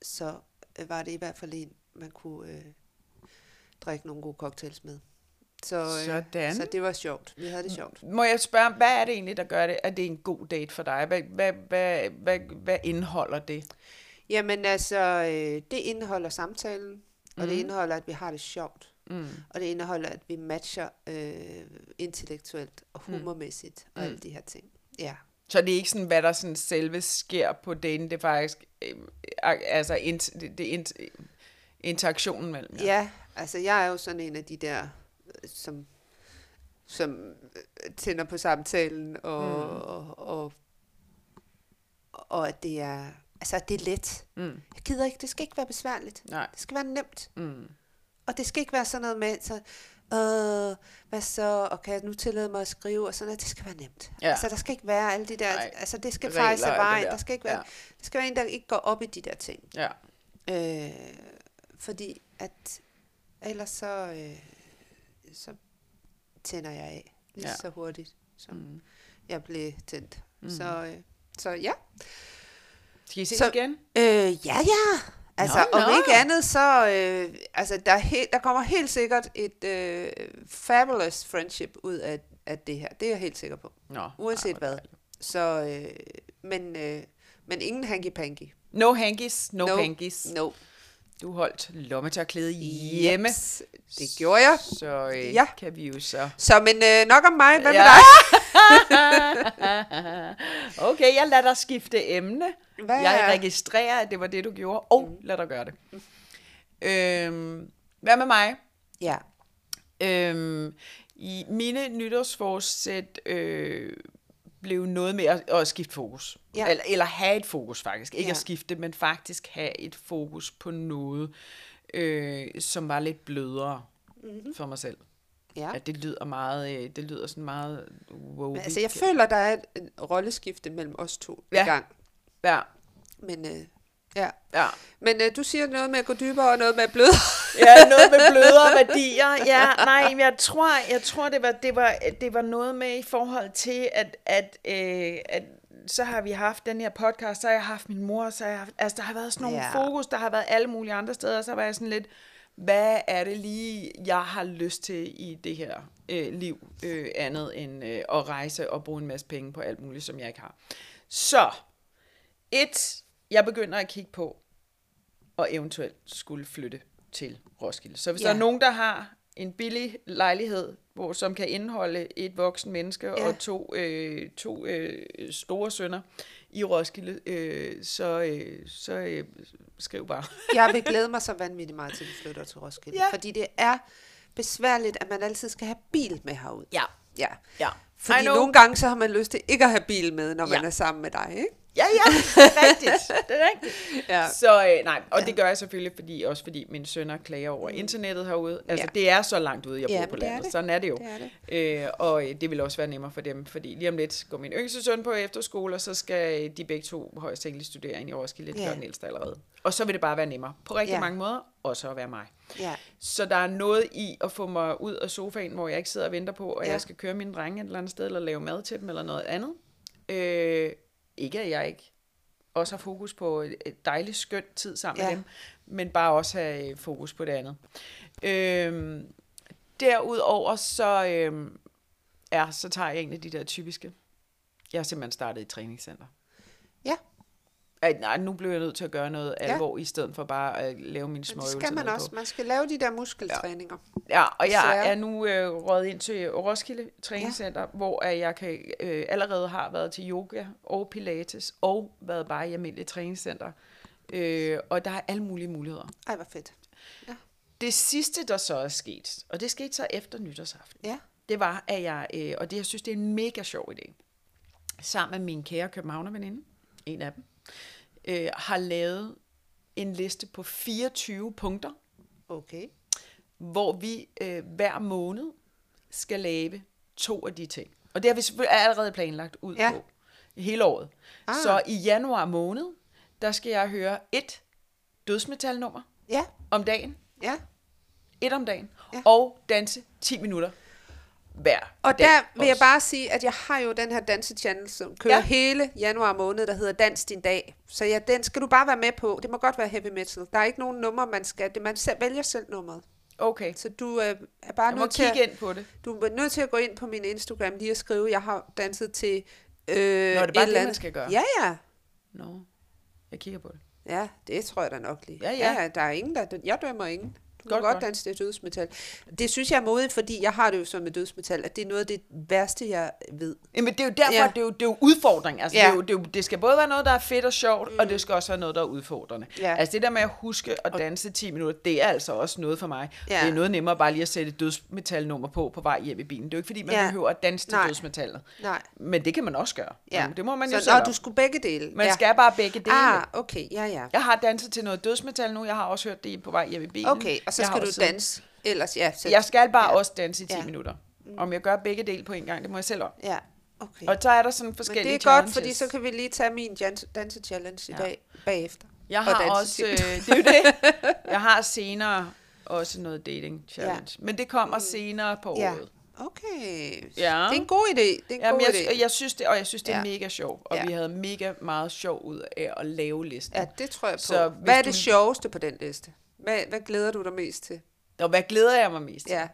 [SPEAKER 2] så øh, var det i hvert fald en, man kunne øh, drikke nogle gode cocktails med. Så, øh,
[SPEAKER 1] Sådan.
[SPEAKER 2] så det var sjovt. Vi havde det sjovt.
[SPEAKER 1] Må jeg spørge, hvad er det egentlig, der gør det, at det er en god date for dig? Hvad, hvad, hvad, hvad, hvad indeholder det?
[SPEAKER 2] Jamen altså, øh, det indeholder samtalen, og mm. det indeholder, at vi har det sjovt.
[SPEAKER 1] Mm.
[SPEAKER 2] Og det indeholder, at vi matcher øh, intellektuelt og humormæssigt mm. og alle de her ting. Ja.
[SPEAKER 1] Så det er ikke sådan, hvad der sådan selve sker på daten, det er faktisk øh, altså int, det, det er int, interaktionen mellem jer.
[SPEAKER 2] Ja. ja, altså jeg er jo sådan en af de der, øh, som, som øh, tænder på samtalen, og, mm. og, og, og at det er, altså at det er let.
[SPEAKER 1] Mm.
[SPEAKER 2] Jeg gider ikke, det skal ikke være besværligt.
[SPEAKER 1] Nej.
[SPEAKER 2] Det skal være nemt.
[SPEAKER 1] Mm.
[SPEAKER 2] Og det skal ikke være sådan noget med, så, øh, hvad så, og kan jeg nu tillade mig at skrive, og sådan noget. Det skal være nemt.
[SPEAKER 1] Ja.
[SPEAKER 2] Altså, der skal ikke være alle de der,
[SPEAKER 1] Nej.
[SPEAKER 2] altså det skal
[SPEAKER 1] Regler
[SPEAKER 2] faktisk
[SPEAKER 1] og
[SPEAKER 2] af
[SPEAKER 1] det
[SPEAKER 2] vejen.
[SPEAKER 1] der.
[SPEAKER 2] Der skal ikke være,
[SPEAKER 1] Ja.
[SPEAKER 2] ja. der skal være en, der ikke går op i de der ting.
[SPEAKER 1] Ja.
[SPEAKER 2] Øh, fordi at ellers så, øh, så tænder jeg af lige
[SPEAKER 1] Ja.
[SPEAKER 2] ja. så hurtigt, som mm.
[SPEAKER 1] Mm.
[SPEAKER 2] jeg blev tændt. Mm. Så, øh, så ja.
[SPEAKER 1] Skal I ses så,
[SPEAKER 2] Så-
[SPEAKER 1] igen?
[SPEAKER 2] Øh, ja, ja. Altså,
[SPEAKER 1] Nå,
[SPEAKER 2] om
[SPEAKER 1] nå.
[SPEAKER 2] ikke andet, så øh, altså, der, er helt, der kommer helt sikkert et øh, fabulous friendship ud af, af det her. Det er jeg helt sikker på.
[SPEAKER 1] Nå.
[SPEAKER 2] Uanset
[SPEAKER 1] ej, hvor
[SPEAKER 2] hvad. Så, øh, men, øh, men ingen hanky-panky.
[SPEAKER 1] No hankies, no, no. hankies.
[SPEAKER 2] No.
[SPEAKER 1] Du holdt lommetørklæde hjemme.
[SPEAKER 2] Yes, det gjorde jeg.
[SPEAKER 1] Så øh,
[SPEAKER 2] Ja.
[SPEAKER 1] ja. kan vi jo så...
[SPEAKER 2] Så men øh, nok om mig, hvad med
[SPEAKER 1] Ja.
[SPEAKER 2] dig?
[SPEAKER 1] okay, jeg lader dig skifte emne.
[SPEAKER 2] Hvad
[SPEAKER 1] Jeg
[SPEAKER 2] er-
[SPEAKER 1] registrerer, at det var det, du gjorde, og mm. lad dig gøre det. Øhm, hvad med mig?
[SPEAKER 2] Ja.
[SPEAKER 1] Øhm, i mine nytårsforsæt øh, blev noget mere at skifte fokus.
[SPEAKER 2] Ja.
[SPEAKER 1] Eller, eller have et fokus faktisk. Ikke
[SPEAKER 2] Ja.
[SPEAKER 1] ja. at skifte, men faktisk have et fokus på noget, øh, som var lidt blødere mm-hmm. for mig selv.
[SPEAKER 2] Mhm. ja.
[SPEAKER 1] Ja. At det lyder meget, øh, det lyder sådan meget wow.
[SPEAKER 2] Men, altså, jeg føler, der er et, et rolleskifte mellem os to ja.
[SPEAKER 1] Ja.
[SPEAKER 2] i gang.
[SPEAKER 1] ja,
[SPEAKER 2] Men, øh, ja.
[SPEAKER 1] ja.
[SPEAKER 2] men øh, du siger noget med at gå dybere og noget med at bløde.
[SPEAKER 1] Ja, noget med blødere værdier. Ja, nej, men jeg tror, jeg tror det, var, det, var, det var noget med i forhold til, at, at, øh, at så har vi haft den her podcast, så har jeg haft min mor, så har jeg haft, altså der har været sådan nogle
[SPEAKER 2] Ja.
[SPEAKER 1] ja. fokus, der har været alle mulige andre steder, og så var jeg sådan lidt, hvad er det lige, jeg har lyst til i det her øh, liv, øh, andet end øh, at rejse og bruge en masse penge på alt muligt, som jeg ikke har. Så, et, jeg begynder at kigge på, og eventuelt skulle flytte til Roskilde. Så hvis
[SPEAKER 2] Ja.
[SPEAKER 1] ja. der er nogen, der har en billig lejlighed, hvor, som kan indeholde et voksen menneske
[SPEAKER 2] Ja.
[SPEAKER 1] ja. og to, øh, to øh, store sønner i Roskilde, øh, så, øh, så øh, skriv bare.
[SPEAKER 2] Jeg vil glæde mig så vanvittigt meget til, at vi flytter til Roskilde. Ja.
[SPEAKER 1] Ja.
[SPEAKER 2] Fordi det er besværligt, at man altid skal have bil med herud.
[SPEAKER 1] Ja.
[SPEAKER 2] ja.
[SPEAKER 1] Ja. I
[SPEAKER 2] Fordi
[SPEAKER 1] know.
[SPEAKER 2] nogle gange så har man lyst til ikke at have bil med, når man
[SPEAKER 1] Ja.
[SPEAKER 2] er sammen med dig, ikke?
[SPEAKER 1] Ja, ja, det er rigtigt. Det er rigtigt.
[SPEAKER 2] Ja. Mm.
[SPEAKER 1] Så øh, nej, og det gør jeg selvfølgelig, fordi, også fordi mine sønner klager over internettet herude. Altså, ja.
[SPEAKER 2] Ja.
[SPEAKER 1] det er så langt ude, jeg
[SPEAKER 2] Ja,
[SPEAKER 1] bor
[SPEAKER 2] men
[SPEAKER 1] på
[SPEAKER 2] det er
[SPEAKER 1] landet.
[SPEAKER 2] det.
[SPEAKER 1] Sådan er det jo.
[SPEAKER 2] Det er
[SPEAKER 1] Øh, og øh, det vil også være nemmere for dem, fordi lige om lidt går min yngste søn på efterskole, og så skal øh, de begge to højst tænkeligt studere ind i Roskilde. Det
[SPEAKER 2] Ja.
[SPEAKER 1] gør den ældste allerede. Og så vil det bare være nemmere på rigtig
[SPEAKER 2] Ja.
[SPEAKER 1] ja. mange måder, og så at være mig.
[SPEAKER 2] Ja.
[SPEAKER 1] Så der er noget i at få mig ud af sofaen, hvor jeg ikke sidder og venter på, at
[SPEAKER 2] Ja.
[SPEAKER 1] ja. jeg skal køre mine drenge et eller andet sted, eller lave mad til dem, eller noget andet. Øh, ikke at jeg ikke også har fokus på et et dejligt, skønt tid sammen
[SPEAKER 2] Ja.
[SPEAKER 1] med dem, men bare også have øh, fokus på det andet. Øh, derudover så, øh, ja, så tager jeg en af de der typiske. Jeg har simpelthen startet i et træningscenter.
[SPEAKER 2] Ja.
[SPEAKER 1] Ej, nej, nu blev jeg nødt til at gøre noget
[SPEAKER 2] Ja.
[SPEAKER 1] alvor, i stedet for bare at lave mine
[SPEAKER 2] Men
[SPEAKER 1] små
[SPEAKER 2] det
[SPEAKER 1] øvelser.
[SPEAKER 2] skal man
[SPEAKER 1] nede
[SPEAKER 2] også.
[SPEAKER 1] på.
[SPEAKER 2] Man skal lave de der muskeltræninger.
[SPEAKER 1] Ja, og jeg
[SPEAKER 2] Desværre.
[SPEAKER 1] er nu øh, røget ind til Roskilde Træningscenter, ja. hvor at jeg kan, øh, allerede har været til yoga og pilates og været bare i almindelige træningscenter. Øh, og der er alle mulige muligheder.
[SPEAKER 2] Ej, hvor fedt.
[SPEAKER 1] Det sidste, der så er sket, og det skete så efter nytårsaften,
[SPEAKER 2] Ja.
[SPEAKER 1] det var, at jeg, øh, og det jeg synes, det er en mega sjov idé, sammen med min kære københavnerveninde, en af dem, øh, har lavet en liste på 24 punkter,
[SPEAKER 2] Okay.
[SPEAKER 1] hvor vi øh, hver måned skal lave to af de ting. Og det har vi selvfølgelig allerede planlagt ud
[SPEAKER 2] Ja.
[SPEAKER 1] ja. på hele året.
[SPEAKER 2] Ah.
[SPEAKER 1] Ah. Så i januar måned, der skal jeg høre et dødsmetalnummer
[SPEAKER 2] Ja.
[SPEAKER 1] om dagen,
[SPEAKER 2] Ja.
[SPEAKER 1] et om dagen,
[SPEAKER 2] Ja.
[SPEAKER 1] ja. og danse 10 minutter hver
[SPEAKER 2] Og
[SPEAKER 1] dag
[SPEAKER 2] der vil jeg
[SPEAKER 1] også.
[SPEAKER 2] bare sige, at jeg har jo den her dansechannel, som kører ja.
[SPEAKER 1] Ja.
[SPEAKER 2] hele januar måned, der hedder Dans din dag. Så ja, den skal du bare være med på. Det må godt være heavy metal. Der er ikke nogen nummer, man skal. Det, man selv, vælger selv nummeret.
[SPEAKER 1] Okay,
[SPEAKER 2] Så du øh, er bare
[SPEAKER 1] jeg må
[SPEAKER 2] nødt til, at,
[SPEAKER 1] kigge ind på det.
[SPEAKER 2] du er nødt til at gå ind på min Instagram lige og skrive, jeg har danset til øh, Nå, det
[SPEAKER 1] bare det, man skal gøre?
[SPEAKER 2] Ja, ja.
[SPEAKER 1] Nå, jeg kigger på det.
[SPEAKER 2] Ja, det tror jeg da nok lige.
[SPEAKER 1] Ja, ja.
[SPEAKER 2] ja der er ingen, der... Jeg dømmer ingen. Du godt,
[SPEAKER 1] Godt,
[SPEAKER 2] må godt
[SPEAKER 1] godt.
[SPEAKER 2] danse til dødsmetal. Det synes jeg er modigt, fordi jeg har det jo som med dødsmetal, at det er noget af det værste, jeg ved.
[SPEAKER 1] Jamen, det er jo derfor,
[SPEAKER 2] Ja.
[SPEAKER 1] ja. det, er jo, det er jo udfordring. Altså,
[SPEAKER 2] Ja.
[SPEAKER 1] ja. det, er jo, det, er jo, det skal både være noget, der er fedt og sjovt, mm. og det skal også være noget, der er udfordrende.
[SPEAKER 2] Ja.
[SPEAKER 1] Altså, det der med at huske at danse 10 minutter, det er altså også noget for mig.
[SPEAKER 2] Ja.
[SPEAKER 1] Det er noget nemmere bare lige at sætte et dødsmetalnummer på på vej hjem i bilen. Det er jo ikke, fordi man
[SPEAKER 2] Ja.
[SPEAKER 1] ja. behøver at danse til
[SPEAKER 2] Nej.
[SPEAKER 1] dødsmetallet.
[SPEAKER 2] Nej.
[SPEAKER 1] Men det kan man også gøre.
[SPEAKER 2] Ja.
[SPEAKER 1] Men Det må man
[SPEAKER 2] så,
[SPEAKER 1] jo selv
[SPEAKER 2] Nå,
[SPEAKER 1] om.
[SPEAKER 2] du skulle begge dele.
[SPEAKER 1] Man
[SPEAKER 2] ja.
[SPEAKER 1] ja. skal bare begge dele.
[SPEAKER 2] Ah, okay, ja, ja.
[SPEAKER 1] Jeg har danset til noget dødsmetal nu. Jeg har også hørt det på vej hjem i bilen.
[SPEAKER 2] Okay, og så
[SPEAKER 1] Jeg har
[SPEAKER 2] skal du
[SPEAKER 1] også siddet-
[SPEAKER 2] danse ellers, ja. Så,
[SPEAKER 1] Jeg skal bare
[SPEAKER 2] ja.
[SPEAKER 1] ja. også danse i 10
[SPEAKER 2] Ja.
[SPEAKER 1] ja. minutter. Om jeg gør begge dele på en gang, det må jeg selv om.
[SPEAKER 2] Ja, okay.
[SPEAKER 1] Og så er der sådan
[SPEAKER 2] Men det
[SPEAKER 1] forskellige
[SPEAKER 2] er godt,
[SPEAKER 1] challenges.
[SPEAKER 2] fordi så kan vi lige tage min jans- danse-challenge i
[SPEAKER 1] Ja.
[SPEAKER 2] dag bagefter.
[SPEAKER 1] Jeg
[SPEAKER 2] Og
[SPEAKER 1] har
[SPEAKER 2] danse
[SPEAKER 1] også,
[SPEAKER 2] til-
[SPEAKER 1] øh, det er jo det, jeg har senere også noget dating challenge. Ja. Men det kommer senere på
[SPEAKER 2] Mm. Ja.
[SPEAKER 1] året.
[SPEAKER 2] Okay,
[SPEAKER 1] Ja.
[SPEAKER 2] det er en god idé. Det er en
[SPEAKER 1] Jamen,
[SPEAKER 2] god
[SPEAKER 1] jeg,
[SPEAKER 2] idé.
[SPEAKER 1] jeg synes det, og jeg synes, det er
[SPEAKER 2] Ja.
[SPEAKER 1] ja. mega sjovt. Og
[SPEAKER 2] Ja.
[SPEAKER 1] ja. vi havde mega meget sjov ud af at lave listen.
[SPEAKER 2] Ja,
[SPEAKER 1] Ja.
[SPEAKER 2] det tror jeg på.
[SPEAKER 1] Så
[SPEAKER 2] Så
[SPEAKER 1] hvis
[SPEAKER 2] hvad er
[SPEAKER 1] du-
[SPEAKER 2] det sjoveste på den liste? Hvad, hvad glæder du dig mest til?
[SPEAKER 1] Og hvad glæder jeg mig mest til?
[SPEAKER 2] Ja.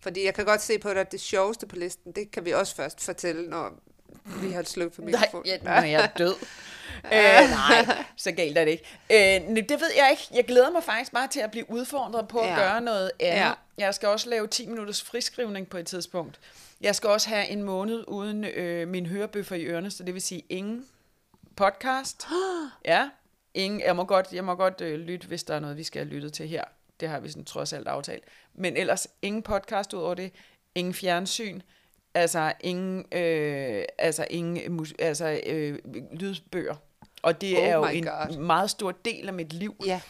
[SPEAKER 2] Fordi jeg kan godt se på dig, at det sjoveste på listen, det kan vi også først fortælle, når vi har slukket for
[SPEAKER 1] Nej,
[SPEAKER 2] mikrofonen.
[SPEAKER 1] ja, når jeg er død. Øh, nej, så galt er det ikke. Øh, nej, det ved jeg ikke. Jeg glæder mig faktisk bare til at blive udfordret på at
[SPEAKER 2] Ja.
[SPEAKER 1] gøre noget andet.
[SPEAKER 2] Ja.
[SPEAKER 1] Jeg skal også lave 10 minutters friskrivning på et tidspunkt. Jeg skal også have en måned uden øh, min hørebøffer i ørerne, så det vil sige ingen podcast. Ja, ingen. Jeg må godt, jeg må godt øh, lytte, hvis der er noget, vi skal have lyttet til her. Det har vi sådan trods alt aftalt. Men ellers ingen podcast ud over det. Ingen fjernsyn. Altså ingen, øh, altså ingen mus- altså, øh, lydbøger. Og det
[SPEAKER 2] Oh
[SPEAKER 1] er jo
[SPEAKER 2] my
[SPEAKER 1] en
[SPEAKER 2] God.
[SPEAKER 1] meget stor del af mit liv.
[SPEAKER 2] Ja.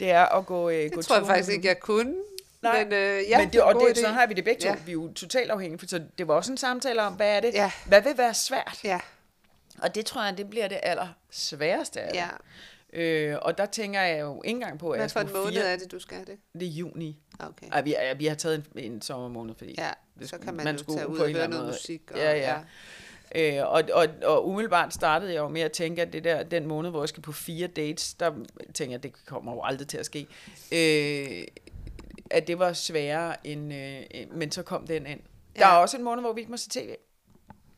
[SPEAKER 1] Det er at gå, øh, gå
[SPEAKER 2] Det tror jeg
[SPEAKER 1] ture
[SPEAKER 2] faktisk
[SPEAKER 1] med
[SPEAKER 2] ikke, jeg kunne.
[SPEAKER 1] Nej,
[SPEAKER 2] Men, øh, ja,
[SPEAKER 1] ja, men det, og
[SPEAKER 2] en god
[SPEAKER 1] det,
[SPEAKER 2] idé.
[SPEAKER 1] så har vi det begge to.
[SPEAKER 2] Ja.
[SPEAKER 1] Ja. Vi er jo totalt afhængige, for så det var også en samtale om, hvad er det?
[SPEAKER 2] Ja.
[SPEAKER 1] Hvad vil være svært?
[SPEAKER 2] Ja,
[SPEAKER 1] Og det tror jeg, det bliver det aller sværeste af
[SPEAKER 2] ja.
[SPEAKER 1] det. Øh, og der tænker jeg jo ikke engang på, at
[SPEAKER 2] Hvad
[SPEAKER 1] jeg
[SPEAKER 2] for en
[SPEAKER 1] skulle
[SPEAKER 2] måned
[SPEAKER 1] fire
[SPEAKER 2] er det, du skal have det?
[SPEAKER 1] det er juni.
[SPEAKER 2] Okay.
[SPEAKER 1] Ej, vi, ja, vi har taget en, en sommermåned, fordi
[SPEAKER 2] Ja,
[SPEAKER 1] det
[SPEAKER 2] så
[SPEAKER 1] skulle-
[SPEAKER 2] kan man, jo
[SPEAKER 1] skulle
[SPEAKER 2] tage
[SPEAKER 1] ud
[SPEAKER 2] ud
[SPEAKER 1] på
[SPEAKER 2] og
[SPEAKER 1] en
[SPEAKER 2] høre
[SPEAKER 1] eller
[SPEAKER 2] noget
[SPEAKER 1] anden
[SPEAKER 2] musik. Og,
[SPEAKER 1] måde. Ja, ja. Øh, og, og, og umiddelbart startede jeg jo med at tænke, at det der, den måned, hvor jeg skal på fire dates, der tænker jeg, det kommer jo aldrig til at ske, øh, at det var sværere, end, øh, øh, men så kom den ind. Der
[SPEAKER 2] Ja.
[SPEAKER 1] er også en måned, hvor vi ikke må se tv.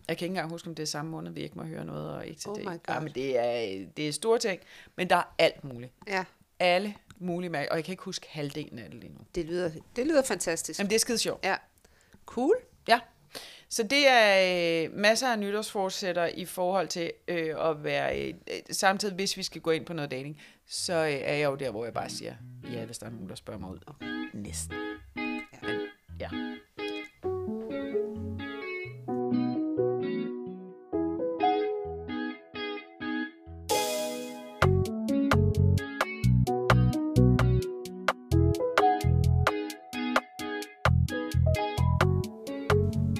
[SPEAKER 1] Jeg kan ikke engang huske, om det er samme måned, vi ikke må høre noget. Og ikke til
[SPEAKER 2] Oh
[SPEAKER 1] det.
[SPEAKER 2] my God.
[SPEAKER 1] Ja, men det er, øh, det er store ting, men der er alt muligt.
[SPEAKER 2] ja.
[SPEAKER 1] Alle mulige mærker, og jeg kan ikke huske halvdelen af det lige nu.
[SPEAKER 2] Det lyder, det lyder fantastisk.
[SPEAKER 1] Jamen, det er skide sjovt.
[SPEAKER 2] Ja. Cool.
[SPEAKER 1] Ja. Så det er øh, masser af nytårsforsætter i forhold til øh, at være... Øh, øh, samtidig, hvis vi skal gå ind på noget dating, så øh, er jeg jo der, hvor jeg bare siger, ja, hvis der er nogen, der spørger mig ud. Og næsten. Ja. Men, ja.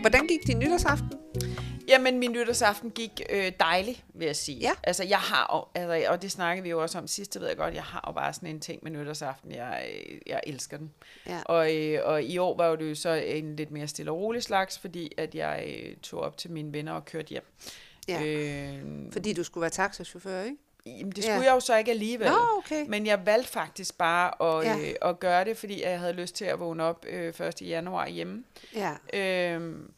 [SPEAKER 2] Hvordan gik din nytårsaften?
[SPEAKER 1] Jamen, min nytårsaften gik øh, dejlig, vil jeg sige.
[SPEAKER 2] Ja.
[SPEAKER 1] Altså, jeg har jo, altså, og det snakkede vi jo også om sidst, det ved jeg godt, jeg har jo bare sådan en ting med nytårsaften, jeg, øh, jeg elsker den.
[SPEAKER 2] Ja.
[SPEAKER 1] Og, øh, og i år var jo det jo så en lidt mere stille og rolig slags, fordi at jeg øh, tog op til mine venner og kørte hjem.
[SPEAKER 2] Ja.
[SPEAKER 1] Øh,
[SPEAKER 2] Fordi du skulle være taxachauffør, ikke?
[SPEAKER 1] jamen, det
[SPEAKER 2] Ja.
[SPEAKER 1] skulle jeg jo så ikke alligevel.
[SPEAKER 2] Nå, okay.
[SPEAKER 1] Men jeg valgte faktisk bare at,
[SPEAKER 2] Ja.
[SPEAKER 1] øh, at gøre det, fordi jeg havde lyst til at vågne op øh, 1. januar hjemme.
[SPEAKER 2] Ja.
[SPEAKER 1] Øhm,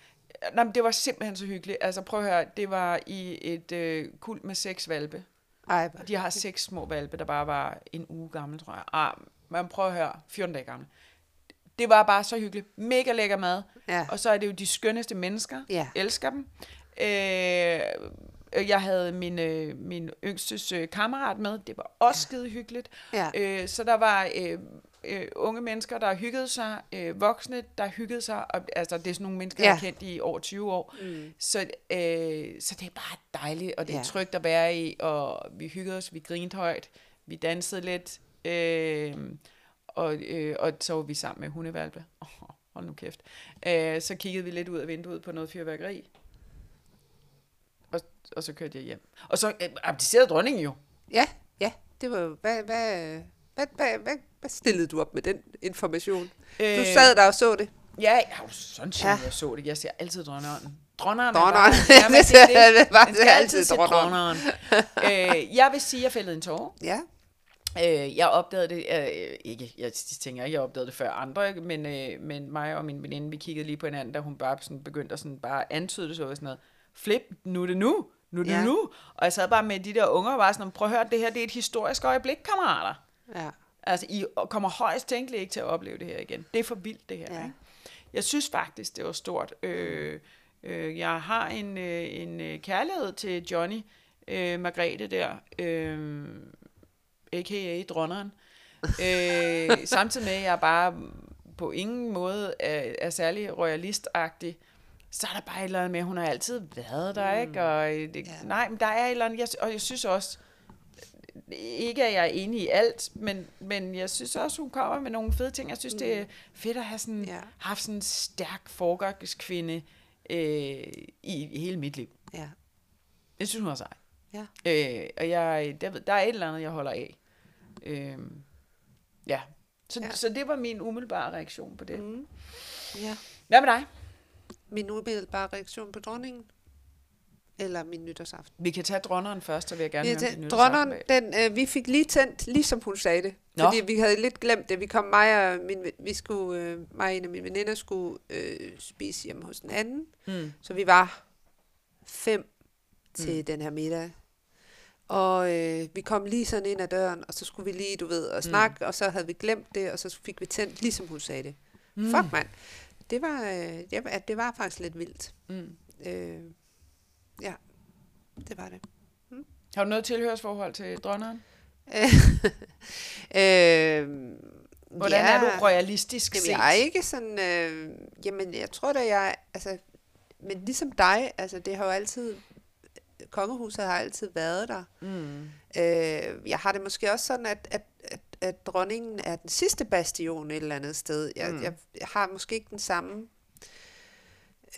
[SPEAKER 1] nej, men det var simpelthen så hyggeligt. Altså prøv at høre, det var i et øh, kult med seks valpe.
[SPEAKER 2] Ej,
[SPEAKER 1] Og de har seks små valpe, der bare var en uge gammel, tror jeg. Ah, man prøver at høre, 14 dage gammel. Det var bare så hyggeligt. Mega lækker mad.
[SPEAKER 2] Ja.
[SPEAKER 1] Og så er det jo de skønneste mennesker.
[SPEAKER 2] Ja.
[SPEAKER 1] Elsker dem. Øh, jeg havde min, øh, min yngstes øh, kammerat med. Det var også skide hyggeligt.
[SPEAKER 2] Ja.
[SPEAKER 1] Øh, så der var øh, øh, unge mennesker, der hyggede sig. Øh, voksne, der hyggede sig. Og, altså, det er sådan nogle mennesker,
[SPEAKER 2] Ja.
[SPEAKER 1] jeg har kendt i over 20 år. Mm. Så, øh, så det er bare dejligt, og det er
[SPEAKER 2] Ja.
[SPEAKER 1] ja. trygt at være i. Og vi hyggede os, vi grinede højt, vi dansede lidt. Øh, og, øh, og så var vi sammen med hundevalpe. Oh, hold nu kæft. Øh, så kiggede vi lidt ud af vinduet på noget fyrværkeri. Og, og så kørte jeg hjem. Og så øh, abdicerede dronningen jo.
[SPEAKER 2] ja, ja. Det var jo- hvad, hvad, hvad, hvad, hvad, hvad stillede du op med den information? Øh, du
[SPEAKER 1] Øh,
[SPEAKER 2] sad der og så det.
[SPEAKER 1] Ja, jeg har jo sådan set,
[SPEAKER 2] Ja.
[SPEAKER 1] ja. jeg så det. Jeg ser altid dronneren. Dronneren,
[SPEAKER 2] Dronneren.
[SPEAKER 1] er bare, ja, men det,
[SPEAKER 2] Det er
[SPEAKER 1] er det.
[SPEAKER 2] bare-
[SPEAKER 1] Man
[SPEAKER 2] det er
[SPEAKER 1] skal
[SPEAKER 2] altid
[SPEAKER 1] altid se
[SPEAKER 2] dronneren.
[SPEAKER 1] dronneren. øh, jeg vil sige, at jeg fældede en tårer.
[SPEAKER 2] Ja.
[SPEAKER 1] Øh, jeg opdagede det, øh, ikke, jeg tænker ikke, jeg opdagede det før andre, ikke? men, øh, men mig og min veninde, vi kiggede lige på hinanden, da hun bare sådan begyndte at sådan bare antyde det, så var jeg sådan noget, flip, nu er det nu, nu er det
[SPEAKER 2] Ja.
[SPEAKER 1] ja. nu. Og jeg sad bare med de der unger og var sådan, prøv at høre, det her det er et historisk øjeblik, kammerater.
[SPEAKER 2] Ja.
[SPEAKER 1] Altså, I kommer højst tænkeligt ikke til at opleve det her igen. Det er for vildt, det her.
[SPEAKER 2] Ja.
[SPEAKER 1] Ja. Ikke? Jeg synes faktisk, det var stort. Øh, øh, jeg har en, øh, en øh, kærlighed til Johnny øh, Margrethe der, øh, a.k.a. dronneren. Øh, samtidig med, at jeg bare på ingen måde er, er særlig royalistagtig, så er der bare et eller andet med, at hun har altid været der, ikke? Og øh, det,
[SPEAKER 2] Mm. Ja.
[SPEAKER 1] Nej, men der er et eller andet, jeg, og jeg synes også, ikke at jeg er enig i alt, men, men jeg synes også, hun kommer med nogle fede ting. Jeg synes, det er fedt at have sådan,
[SPEAKER 2] Mm. Ja.
[SPEAKER 1] ja. haft sådan en stærk forgangskvinde øh, i, i hele mit liv.
[SPEAKER 2] Ja.
[SPEAKER 1] Jeg synes, hun er sej.
[SPEAKER 2] Ja.
[SPEAKER 1] Øh, og jeg, der, ved- der er et eller andet, jeg holder af. Øh, ja. Så,
[SPEAKER 2] Ja.
[SPEAKER 1] ja. så det var min umiddelbare reaktion på det. Mm.
[SPEAKER 2] ja.
[SPEAKER 1] Hvad med dig?
[SPEAKER 2] Min umiddelbare reaktion på dronningen? Eller min nytårsaften?
[SPEAKER 1] Vi kan tage dronneren først, så vil jeg gerne
[SPEAKER 2] Ja,
[SPEAKER 1] høre om din
[SPEAKER 2] den,
[SPEAKER 1] nytårsaften
[SPEAKER 2] dronneren,
[SPEAKER 1] bag.
[SPEAKER 2] den, øh, vi fik lige tændt, ligesom hun sagde det. Nå.
[SPEAKER 1] Nå.
[SPEAKER 2] Fordi vi havde lidt glemt det. Vi kom, mig og, min, ve- vi skulle, øh, mig og en af mine veninder skulle øh, spise hjemme hos den anden. Mm. Så vi var fem til mm. den her middag. Og øh, vi kom lige sådan ind ad døren, og så skulle vi lige, du ved, og snakke, mm. og så havde vi glemt det, og så fik vi tændt, ligesom hun sagde det. Mm. Fuck, mand. Det var, øh, det, var- det var faktisk lidt vildt.
[SPEAKER 1] Mm.
[SPEAKER 2] Øh, ja, det var det.
[SPEAKER 1] Har du noget tilhørsforhold til dronneren?
[SPEAKER 2] øh,
[SPEAKER 1] Hvordan ja. er du royalistisk set?
[SPEAKER 2] Jamen, jeg er ikke sådan... Øh, jamen, jeg tror da, jeg... Altså, men ligesom dig, altså, det har jo altid... Kongehuset har altid været der.
[SPEAKER 1] Mm.
[SPEAKER 2] Øh, jeg har det måske også sådan, at, at, at, at dronningen er den sidste bastion et eller andet sted. Jeg,
[SPEAKER 1] Mm.
[SPEAKER 2] mm. jeg, jeg har måske ikke den samme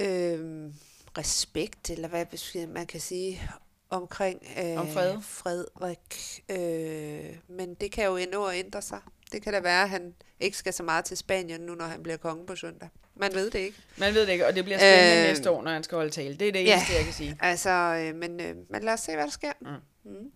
[SPEAKER 2] øh, respekt, eller hvad bes- man kan sige, omkring øh,
[SPEAKER 1] Om fred.
[SPEAKER 2] Frederik. Øh, men det kan jo endnu at ændre sig. Det kan da være, at han ikke skal så meget til Spanien nu, når han bliver konge på søndag. Man ved det ikke.
[SPEAKER 1] Man ved det ikke, og det bliver spændende øh,
[SPEAKER 2] Øh,
[SPEAKER 1] næste år, når han skal holde tale. Det er det
[SPEAKER 2] ja.
[SPEAKER 1] eneste, ja. jeg kan sige.
[SPEAKER 2] Altså, øh, men, øh, men lad os se, hvad der sker.
[SPEAKER 1] Mm.
[SPEAKER 2] Mm.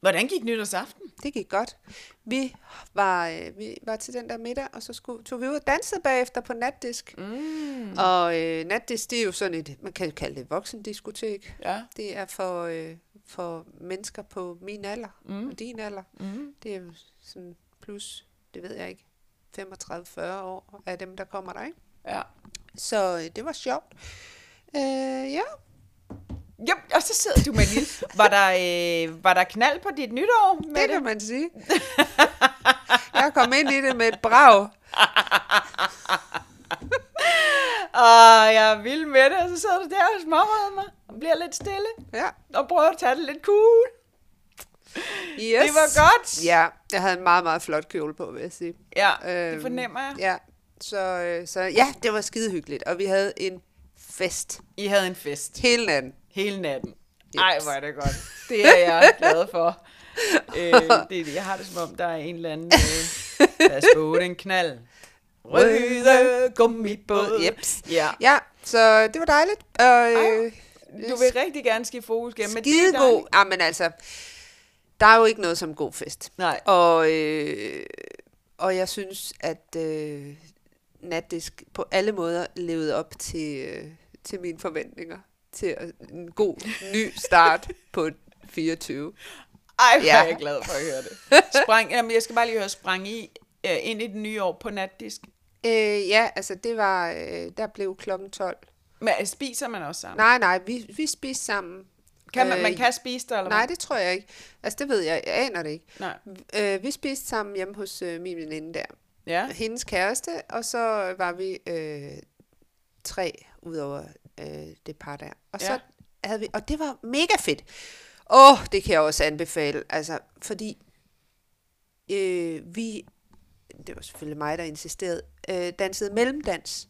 [SPEAKER 1] Hvordan gik nytårsaften?
[SPEAKER 2] Det gik godt. Vi var, øh, vi var til den der middag, og så skulle, tog vi ud og dansede bagefter på natdisk.
[SPEAKER 1] Mm.
[SPEAKER 2] Og øh, natdisk, det er jo sådan et, man kan jo kalde det et voksendiskotek.
[SPEAKER 1] Ja.
[SPEAKER 2] Det er for, øh, for mennesker på min alder mm.
[SPEAKER 1] Mm.
[SPEAKER 2] og din alder.
[SPEAKER 1] Mm.
[SPEAKER 2] Det er jo sådan plus, det ved jeg ikke, 35-40 år af dem, der kommer der, ikke?
[SPEAKER 1] Ja.
[SPEAKER 2] Så øh, det var sjovt. Øh, ja,
[SPEAKER 1] Jo, og så sidder du med en lille... Var der, øh, var der knald på dit nytår med
[SPEAKER 2] det
[SPEAKER 1] det?
[SPEAKER 2] kan man sige. jeg kom ind i det med et brag.
[SPEAKER 1] Og jeg er vild med det, og så sidder du der og smårøder mig og bliver lidt stille
[SPEAKER 2] Ja.
[SPEAKER 1] og prøver at tage det lidt cool.
[SPEAKER 2] Yes.
[SPEAKER 1] Det var godt.
[SPEAKER 2] Ja, jeg havde en meget, meget flot kjole på, vil jeg sige.
[SPEAKER 1] Ja, det
[SPEAKER 2] Øhm,
[SPEAKER 1] fornemmer jeg.
[SPEAKER 2] Ja, så, øh, så ja, det var skide hyggeligt, og vi havde en fest
[SPEAKER 1] I havde en fest
[SPEAKER 2] hele natten.
[SPEAKER 1] hele natten.
[SPEAKER 2] Jeps.
[SPEAKER 1] Ej, hvor er det godt. Det er jeg glad for. Øh, det, er det. jeg har det som om, der er en eller anden... Øh, pas på, den knald. Røde gummibåd.
[SPEAKER 2] Jeps.
[SPEAKER 1] Ja.
[SPEAKER 2] Ja, så det var dejligt. Og, øh,
[SPEAKER 1] Du vil rigtig gerne skifte fokus igen, men det er
[SPEAKER 2] skidegod.
[SPEAKER 1] dejligt.
[SPEAKER 2] Ja, men altså, der er jo ikke noget som god fest.
[SPEAKER 1] Nej.
[SPEAKER 2] Og, øh, og jeg synes, at øh, Natdisk på alle måder levede op til, øh, til mine forventninger til at- en god ny start på 24.
[SPEAKER 1] Ej, hvor
[SPEAKER 2] Ja.
[SPEAKER 1] er jeg glad for at høre det. Sprang, jamen, jeg skal bare lige høre, sprang I øh, ind i det nye år på natdisk?
[SPEAKER 2] Øh, ja, altså det var, øh, der blev klokken 12.
[SPEAKER 1] Men øh, spiser man også sammen?
[SPEAKER 2] Nej, nej, vi, vi spiste sammen.
[SPEAKER 1] Kan man,
[SPEAKER 2] Øh,
[SPEAKER 1] man kan spise der, eller
[SPEAKER 2] Nej,
[SPEAKER 1] hvad?
[SPEAKER 2] det tror jeg ikke. Altså det ved jeg, jeg aner det ikke.
[SPEAKER 1] Nej.
[SPEAKER 2] Øh, vi spiste sammen hjemme hos øh, min veninde der.
[SPEAKER 1] Ja.
[SPEAKER 2] Hendes kæreste, og så var vi øh, tre ud over øh, det par der. Og, så
[SPEAKER 1] Ja.
[SPEAKER 2] havde vi, og det var mega fedt. Åh, oh, det kan jeg også anbefale, altså, fordi øh, vi, det var selvfølgelig mig, der insisterede, øh, dansede mellemdans.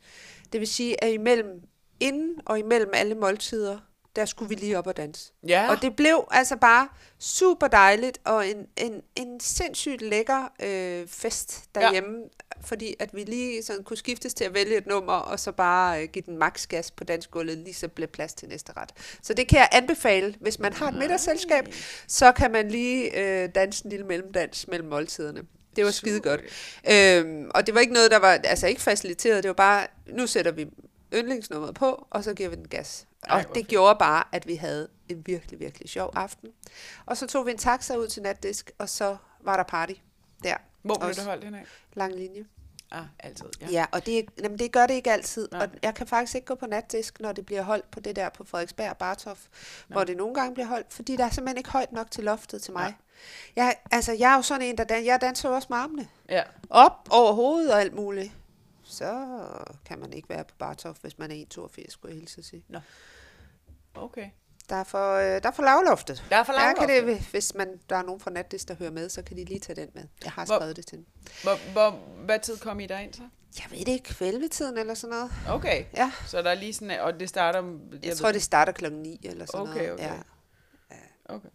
[SPEAKER 2] Det vil sige, at imellem, inden og imellem alle måltider, der skulle vi lige op og danse.
[SPEAKER 1] Ja.
[SPEAKER 2] Og det blev altså bare super dejligt, og en, en, en sindssygt lækker øh, fest derhjemme, ja. fordi at vi lige sådan kunne skiftes til at vælge et nummer, og så bare øh, give den maks gas på dansgulvet, lige så blev plads til næste ret. Så det kan jeg anbefale, hvis man har et middagsselskab, så kan man lige øh, danse en lille mellemdans mellem måltiderne. Det var skide godt. Øhm, og det var ikke noget, der var altså ikke faciliteret, det var bare, nu sætter vi yndlingsnummeret på, og så giver vi den gas. Og
[SPEAKER 1] Ej,
[SPEAKER 2] Ej,
[SPEAKER 1] hvor
[SPEAKER 2] det gjorde bare, at vi havde en virkelig, virkelig sjov aften. Og så tog vi en taxa ud til natdisk, og så var der party der.
[SPEAKER 1] Hvor blev
[SPEAKER 2] Også.
[SPEAKER 1] det holdt den af?
[SPEAKER 2] Lang linje.
[SPEAKER 1] Ah, altid. Ja.
[SPEAKER 2] Ja, ja og det, jamen, det gør det ikke altid.
[SPEAKER 1] Nej.
[SPEAKER 2] Og jeg kan faktisk ikke gå på natdisk, når det bliver holdt på det der på Frederiksberg og Bartof, hvor det nogle gange bliver holdt, fordi der er simpelthen ikke højt nok til loftet til mig. Jeg, altså, jeg er jo sådan en, der dan- jeg danser jo også med armene
[SPEAKER 1] ja.
[SPEAKER 2] op over hovedet og alt muligt, så kan man ikke være på Bartof, hvis man er 1,82, skulle jeg hilse at sige.
[SPEAKER 1] Okay.
[SPEAKER 2] Der er for, øh, der er for lavloftet.
[SPEAKER 1] Der er for
[SPEAKER 2] Der
[SPEAKER 1] langt
[SPEAKER 2] kan
[SPEAKER 1] det...
[SPEAKER 2] det, hvis man, der er nogen fra natdist, der hører med, så kan de lige tage den med. Jeg har
[SPEAKER 1] Hvor-
[SPEAKER 2] skrevet det til dem.
[SPEAKER 1] hvor, hvor, hvad tid kom I der ind så?
[SPEAKER 2] Jeg ved det ikke, 11-tiden eller sådan noget.
[SPEAKER 1] Okay.
[SPEAKER 2] Ja,
[SPEAKER 1] Så der er lige sådan, og det starter...
[SPEAKER 2] jeg, jeg tror, det starter klokken 9 eller sådan
[SPEAKER 1] Okay,
[SPEAKER 2] noget.
[SPEAKER 1] okay.
[SPEAKER 2] Ja,
[SPEAKER 1] Okay.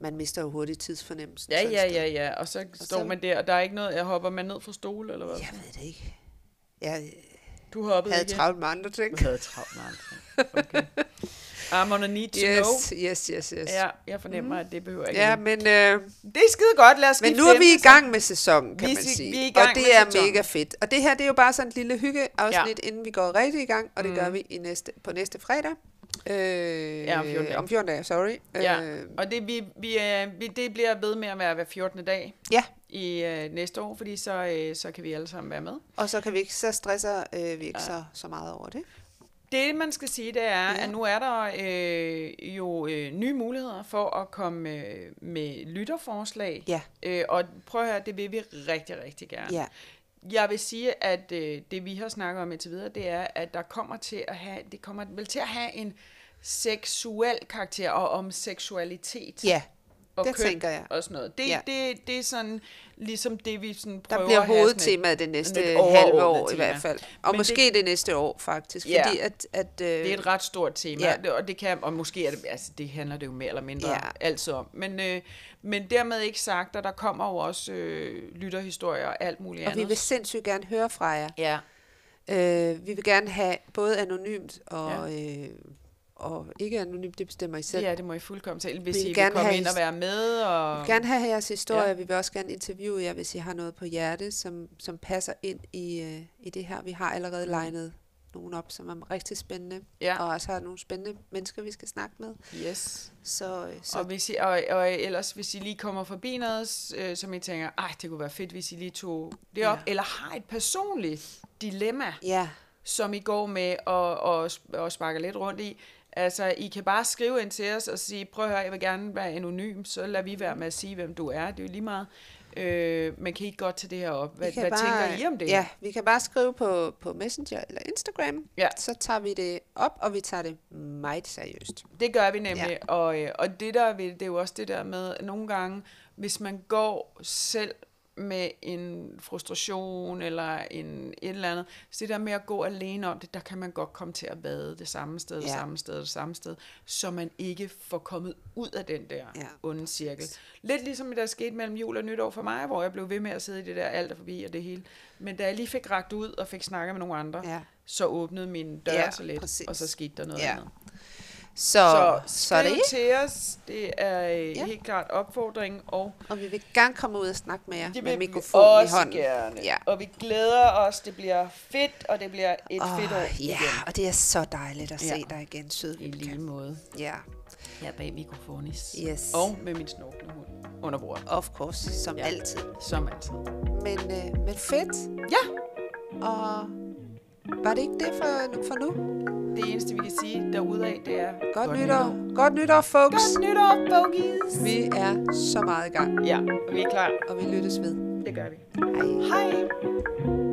[SPEAKER 2] man mister jo hurtigt tidsfornemmelsen.
[SPEAKER 1] Ja,
[SPEAKER 2] sådan
[SPEAKER 1] ja,
[SPEAKER 2] et
[SPEAKER 1] ja, ja. Og så står
[SPEAKER 2] så-
[SPEAKER 1] man der, og der er ikke noget... Jeg hopper man ned fra stole, eller hvad?
[SPEAKER 2] sted. Jeg ved det ikke. Jeg
[SPEAKER 1] Du hoppede
[SPEAKER 2] havde
[SPEAKER 1] ikke?
[SPEAKER 2] travlt med andre ting.
[SPEAKER 1] Du havde travlt med andre. Okay. I'm on a need to know.
[SPEAKER 2] Yes, yes, yes, yes.
[SPEAKER 1] Ja, jeg fornemmer, mm. at det behøver jeg ikke.
[SPEAKER 2] ja
[SPEAKER 1] nu.
[SPEAKER 2] men... Øh,
[SPEAKER 1] Det er skide godt, lad os
[SPEAKER 2] Men
[SPEAKER 1] skifte
[SPEAKER 2] nu er vi
[SPEAKER 1] emne,
[SPEAKER 2] i
[SPEAKER 1] så.
[SPEAKER 2] gang med sæsonen, kan
[SPEAKER 1] Vi er
[SPEAKER 2] vi, man
[SPEAKER 1] i-
[SPEAKER 2] sige.
[SPEAKER 1] vi er i
[SPEAKER 2] og
[SPEAKER 1] gang
[SPEAKER 2] det
[SPEAKER 1] med
[SPEAKER 2] er
[SPEAKER 1] sæsonen.
[SPEAKER 2] mega fedt. Og det her, det er jo bare sådan et lille hyggeafsnit, ja. inden vi går rigtig i gang, og det mm. gør vi i næste, på næste fredag. Øh,
[SPEAKER 1] Ja, om 14 dage.
[SPEAKER 2] Om 14 dage, sorry.
[SPEAKER 1] Ja.
[SPEAKER 2] Øh,
[SPEAKER 1] Og det, vi, vi, øh, vi, det bliver ved med at være hver 14. dag
[SPEAKER 2] Ja.
[SPEAKER 1] i øh, næste år, fordi så, øh, så kan vi alle sammen være med.
[SPEAKER 2] og så kan vi ikke, så stresser øh, vi ikke ja. så, så meget over det.
[SPEAKER 1] Det, man skal sige, det er,
[SPEAKER 2] Ja.
[SPEAKER 1] ja. at nu er der øh, jo øh, nye muligheder for at komme øh, med lytterforslag.
[SPEAKER 2] Ja.
[SPEAKER 1] Øh, og prøv at høre, det vil vi rigtig, rigtig gerne.
[SPEAKER 2] Ja.
[SPEAKER 1] Jeg vil sige, at øh, det, vi har snakket om indtil videre, det er, at der kommer til at have, det kommer vel til at have en seksuel karakter og om seksualitet
[SPEAKER 2] Ja,
[SPEAKER 1] og
[SPEAKER 2] det
[SPEAKER 1] køn
[SPEAKER 2] tænker jeg.
[SPEAKER 1] og sådan noget. Det,
[SPEAKER 2] Ja.
[SPEAKER 1] ja. det, det er sådan, ligesom det, vi sådan prøver
[SPEAKER 2] Der bliver
[SPEAKER 1] at have sådan et-
[SPEAKER 2] hovedtemaet det næste
[SPEAKER 1] lidt
[SPEAKER 2] halve år
[SPEAKER 1] overordnet
[SPEAKER 2] i
[SPEAKER 1] tema.
[SPEAKER 2] hvert fald. Og
[SPEAKER 1] Men
[SPEAKER 2] måske det, næste år faktisk.
[SPEAKER 1] Ja.
[SPEAKER 2] Fordi at, at, øh,
[SPEAKER 1] Det er et ret stort tema,
[SPEAKER 2] Ja.
[SPEAKER 1] ja. det, og det kan, og måske er det, altså det handler det jo mere eller mindre
[SPEAKER 2] Ja.
[SPEAKER 1] ja. altid om. Men, øh, men dermed ikke sagt, at der kommer jo også øh, lytterhistorier og alt muligt
[SPEAKER 2] og vi
[SPEAKER 1] andet.
[SPEAKER 2] vil sindssygt gerne høre fra jer.
[SPEAKER 1] ja.
[SPEAKER 2] Øh, vi vil gerne have både anonymt og, ja. øh, og ikke anonymt, det bestemmer I selv.
[SPEAKER 1] ja, det må I fuldkommen til, hvis
[SPEAKER 2] Vi
[SPEAKER 1] vi
[SPEAKER 2] vil
[SPEAKER 1] I vil
[SPEAKER 2] gerne
[SPEAKER 1] komme
[SPEAKER 2] have
[SPEAKER 1] ind
[SPEAKER 2] his-
[SPEAKER 1] og være med.
[SPEAKER 2] Vi
[SPEAKER 1] Og,
[SPEAKER 2] vil gerne have jeres historie, ja.
[SPEAKER 1] Ja.
[SPEAKER 2] vi vil også gerne interviewe jer, hvis I har noget på hjerte, som, som passer ind i, øh, i det her. Vi har allerede legnet nogen op, som er rigtig spændende,
[SPEAKER 1] Mm. ja,
[SPEAKER 2] og også har nogle spændende mennesker, vi skal snakke med.
[SPEAKER 1] yes.
[SPEAKER 2] Så, øh, så
[SPEAKER 1] Og, hvis I, og, og ellers, hvis I lige kommer forbi noget, øh, som I tænker, ej, det kunne være fedt, hvis I lige tog det op,
[SPEAKER 2] Ja.
[SPEAKER 1] ja. eller har et personligt dilemma,
[SPEAKER 2] ja,
[SPEAKER 1] som I går med og, og, og sparker lidt rundt i. Altså, I kan bare skrive ind til os og sige, prøv at høre, jeg vil gerne være anonym, så lad vi være med at sige, hvem du er, det er jo lige meget. Øh, men kan I godt tage det her op? Hvad,
[SPEAKER 2] Vi kan
[SPEAKER 1] hvad
[SPEAKER 2] bare,
[SPEAKER 1] tænker I om det?
[SPEAKER 2] Ja, vi kan bare skrive på, på Messenger eller Instagram.
[SPEAKER 1] Ja.
[SPEAKER 2] Så tager vi det op, og vi tager det meget seriøst.
[SPEAKER 1] Det gør vi nemlig, ja. og, øh, og det der er ved, det er jo også det der med, at nogle gange, hvis man går selv med en frustration eller en, et eller andet, så det der med at gå alene om det, der kan man godt komme til at vade det samme sted, det
[SPEAKER 2] Ja.
[SPEAKER 1] samme sted, det samme sted, så man ikke får kommet ud af den der
[SPEAKER 2] Ja.
[SPEAKER 1] onde cirkel. Lidt ligesom der skete mellem jul og nytår for mig, hvor jeg blev ved med at sidde i det der alt er forbi og det hele. Men da jeg lige fik ragt ud og fik snakket med nogle andre, ja.
[SPEAKER 2] Ja.
[SPEAKER 1] så åbnede mine døre
[SPEAKER 2] Ja,
[SPEAKER 1] ja, så lidt,
[SPEAKER 2] præcis.
[SPEAKER 1] præcis. og så skete der noget
[SPEAKER 2] Ja.
[SPEAKER 1] andet.
[SPEAKER 2] Så,
[SPEAKER 1] Så
[SPEAKER 2] så, så er det
[SPEAKER 1] skriv
[SPEAKER 2] ikke.
[SPEAKER 1] til os. Det er
[SPEAKER 2] Ja.
[SPEAKER 1] ja. helt klart opfordring, og
[SPEAKER 2] Og vi vil gerne komme ud og snakke med jer
[SPEAKER 1] det vil
[SPEAKER 2] med
[SPEAKER 1] vi
[SPEAKER 2] mikrofonen i
[SPEAKER 1] også
[SPEAKER 2] hånden.
[SPEAKER 1] gerne.
[SPEAKER 2] Ja.
[SPEAKER 1] Og vi glæder os. Det bliver fedt, og det bliver et
[SPEAKER 2] Åh,
[SPEAKER 1] fedt år
[SPEAKER 2] ja,
[SPEAKER 1] igen.
[SPEAKER 2] og det er så dejligt at se
[SPEAKER 1] Ja.
[SPEAKER 2] dig igen, søde
[SPEAKER 1] I lige
[SPEAKER 2] Vibeke.
[SPEAKER 1] måde.
[SPEAKER 2] Ja,
[SPEAKER 1] Her bag mikrofonis.
[SPEAKER 2] yes.
[SPEAKER 1] Og med min snorkende hund under bordet,
[SPEAKER 2] Of course, som ja.
[SPEAKER 1] Ja.
[SPEAKER 2] altid.
[SPEAKER 1] som altid.
[SPEAKER 2] Men, øh, men fedt.
[SPEAKER 1] Ja,
[SPEAKER 2] Og var det ikke det for, for nu?
[SPEAKER 1] det eneste vi kan sige derude af, det er...
[SPEAKER 2] Godt nytår. Godt nytår, folks.
[SPEAKER 1] Godt nytår, bogies!
[SPEAKER 2] Vi er så meget i gang,
[SPEAKER 1] Ja, vi er klar.
[SPEAKER 2] og vi lyttes ved.
[SPEAKER 1] Det gør vi.
[SPEAKER 2] Hej.
[SPEAKER 1] Hej!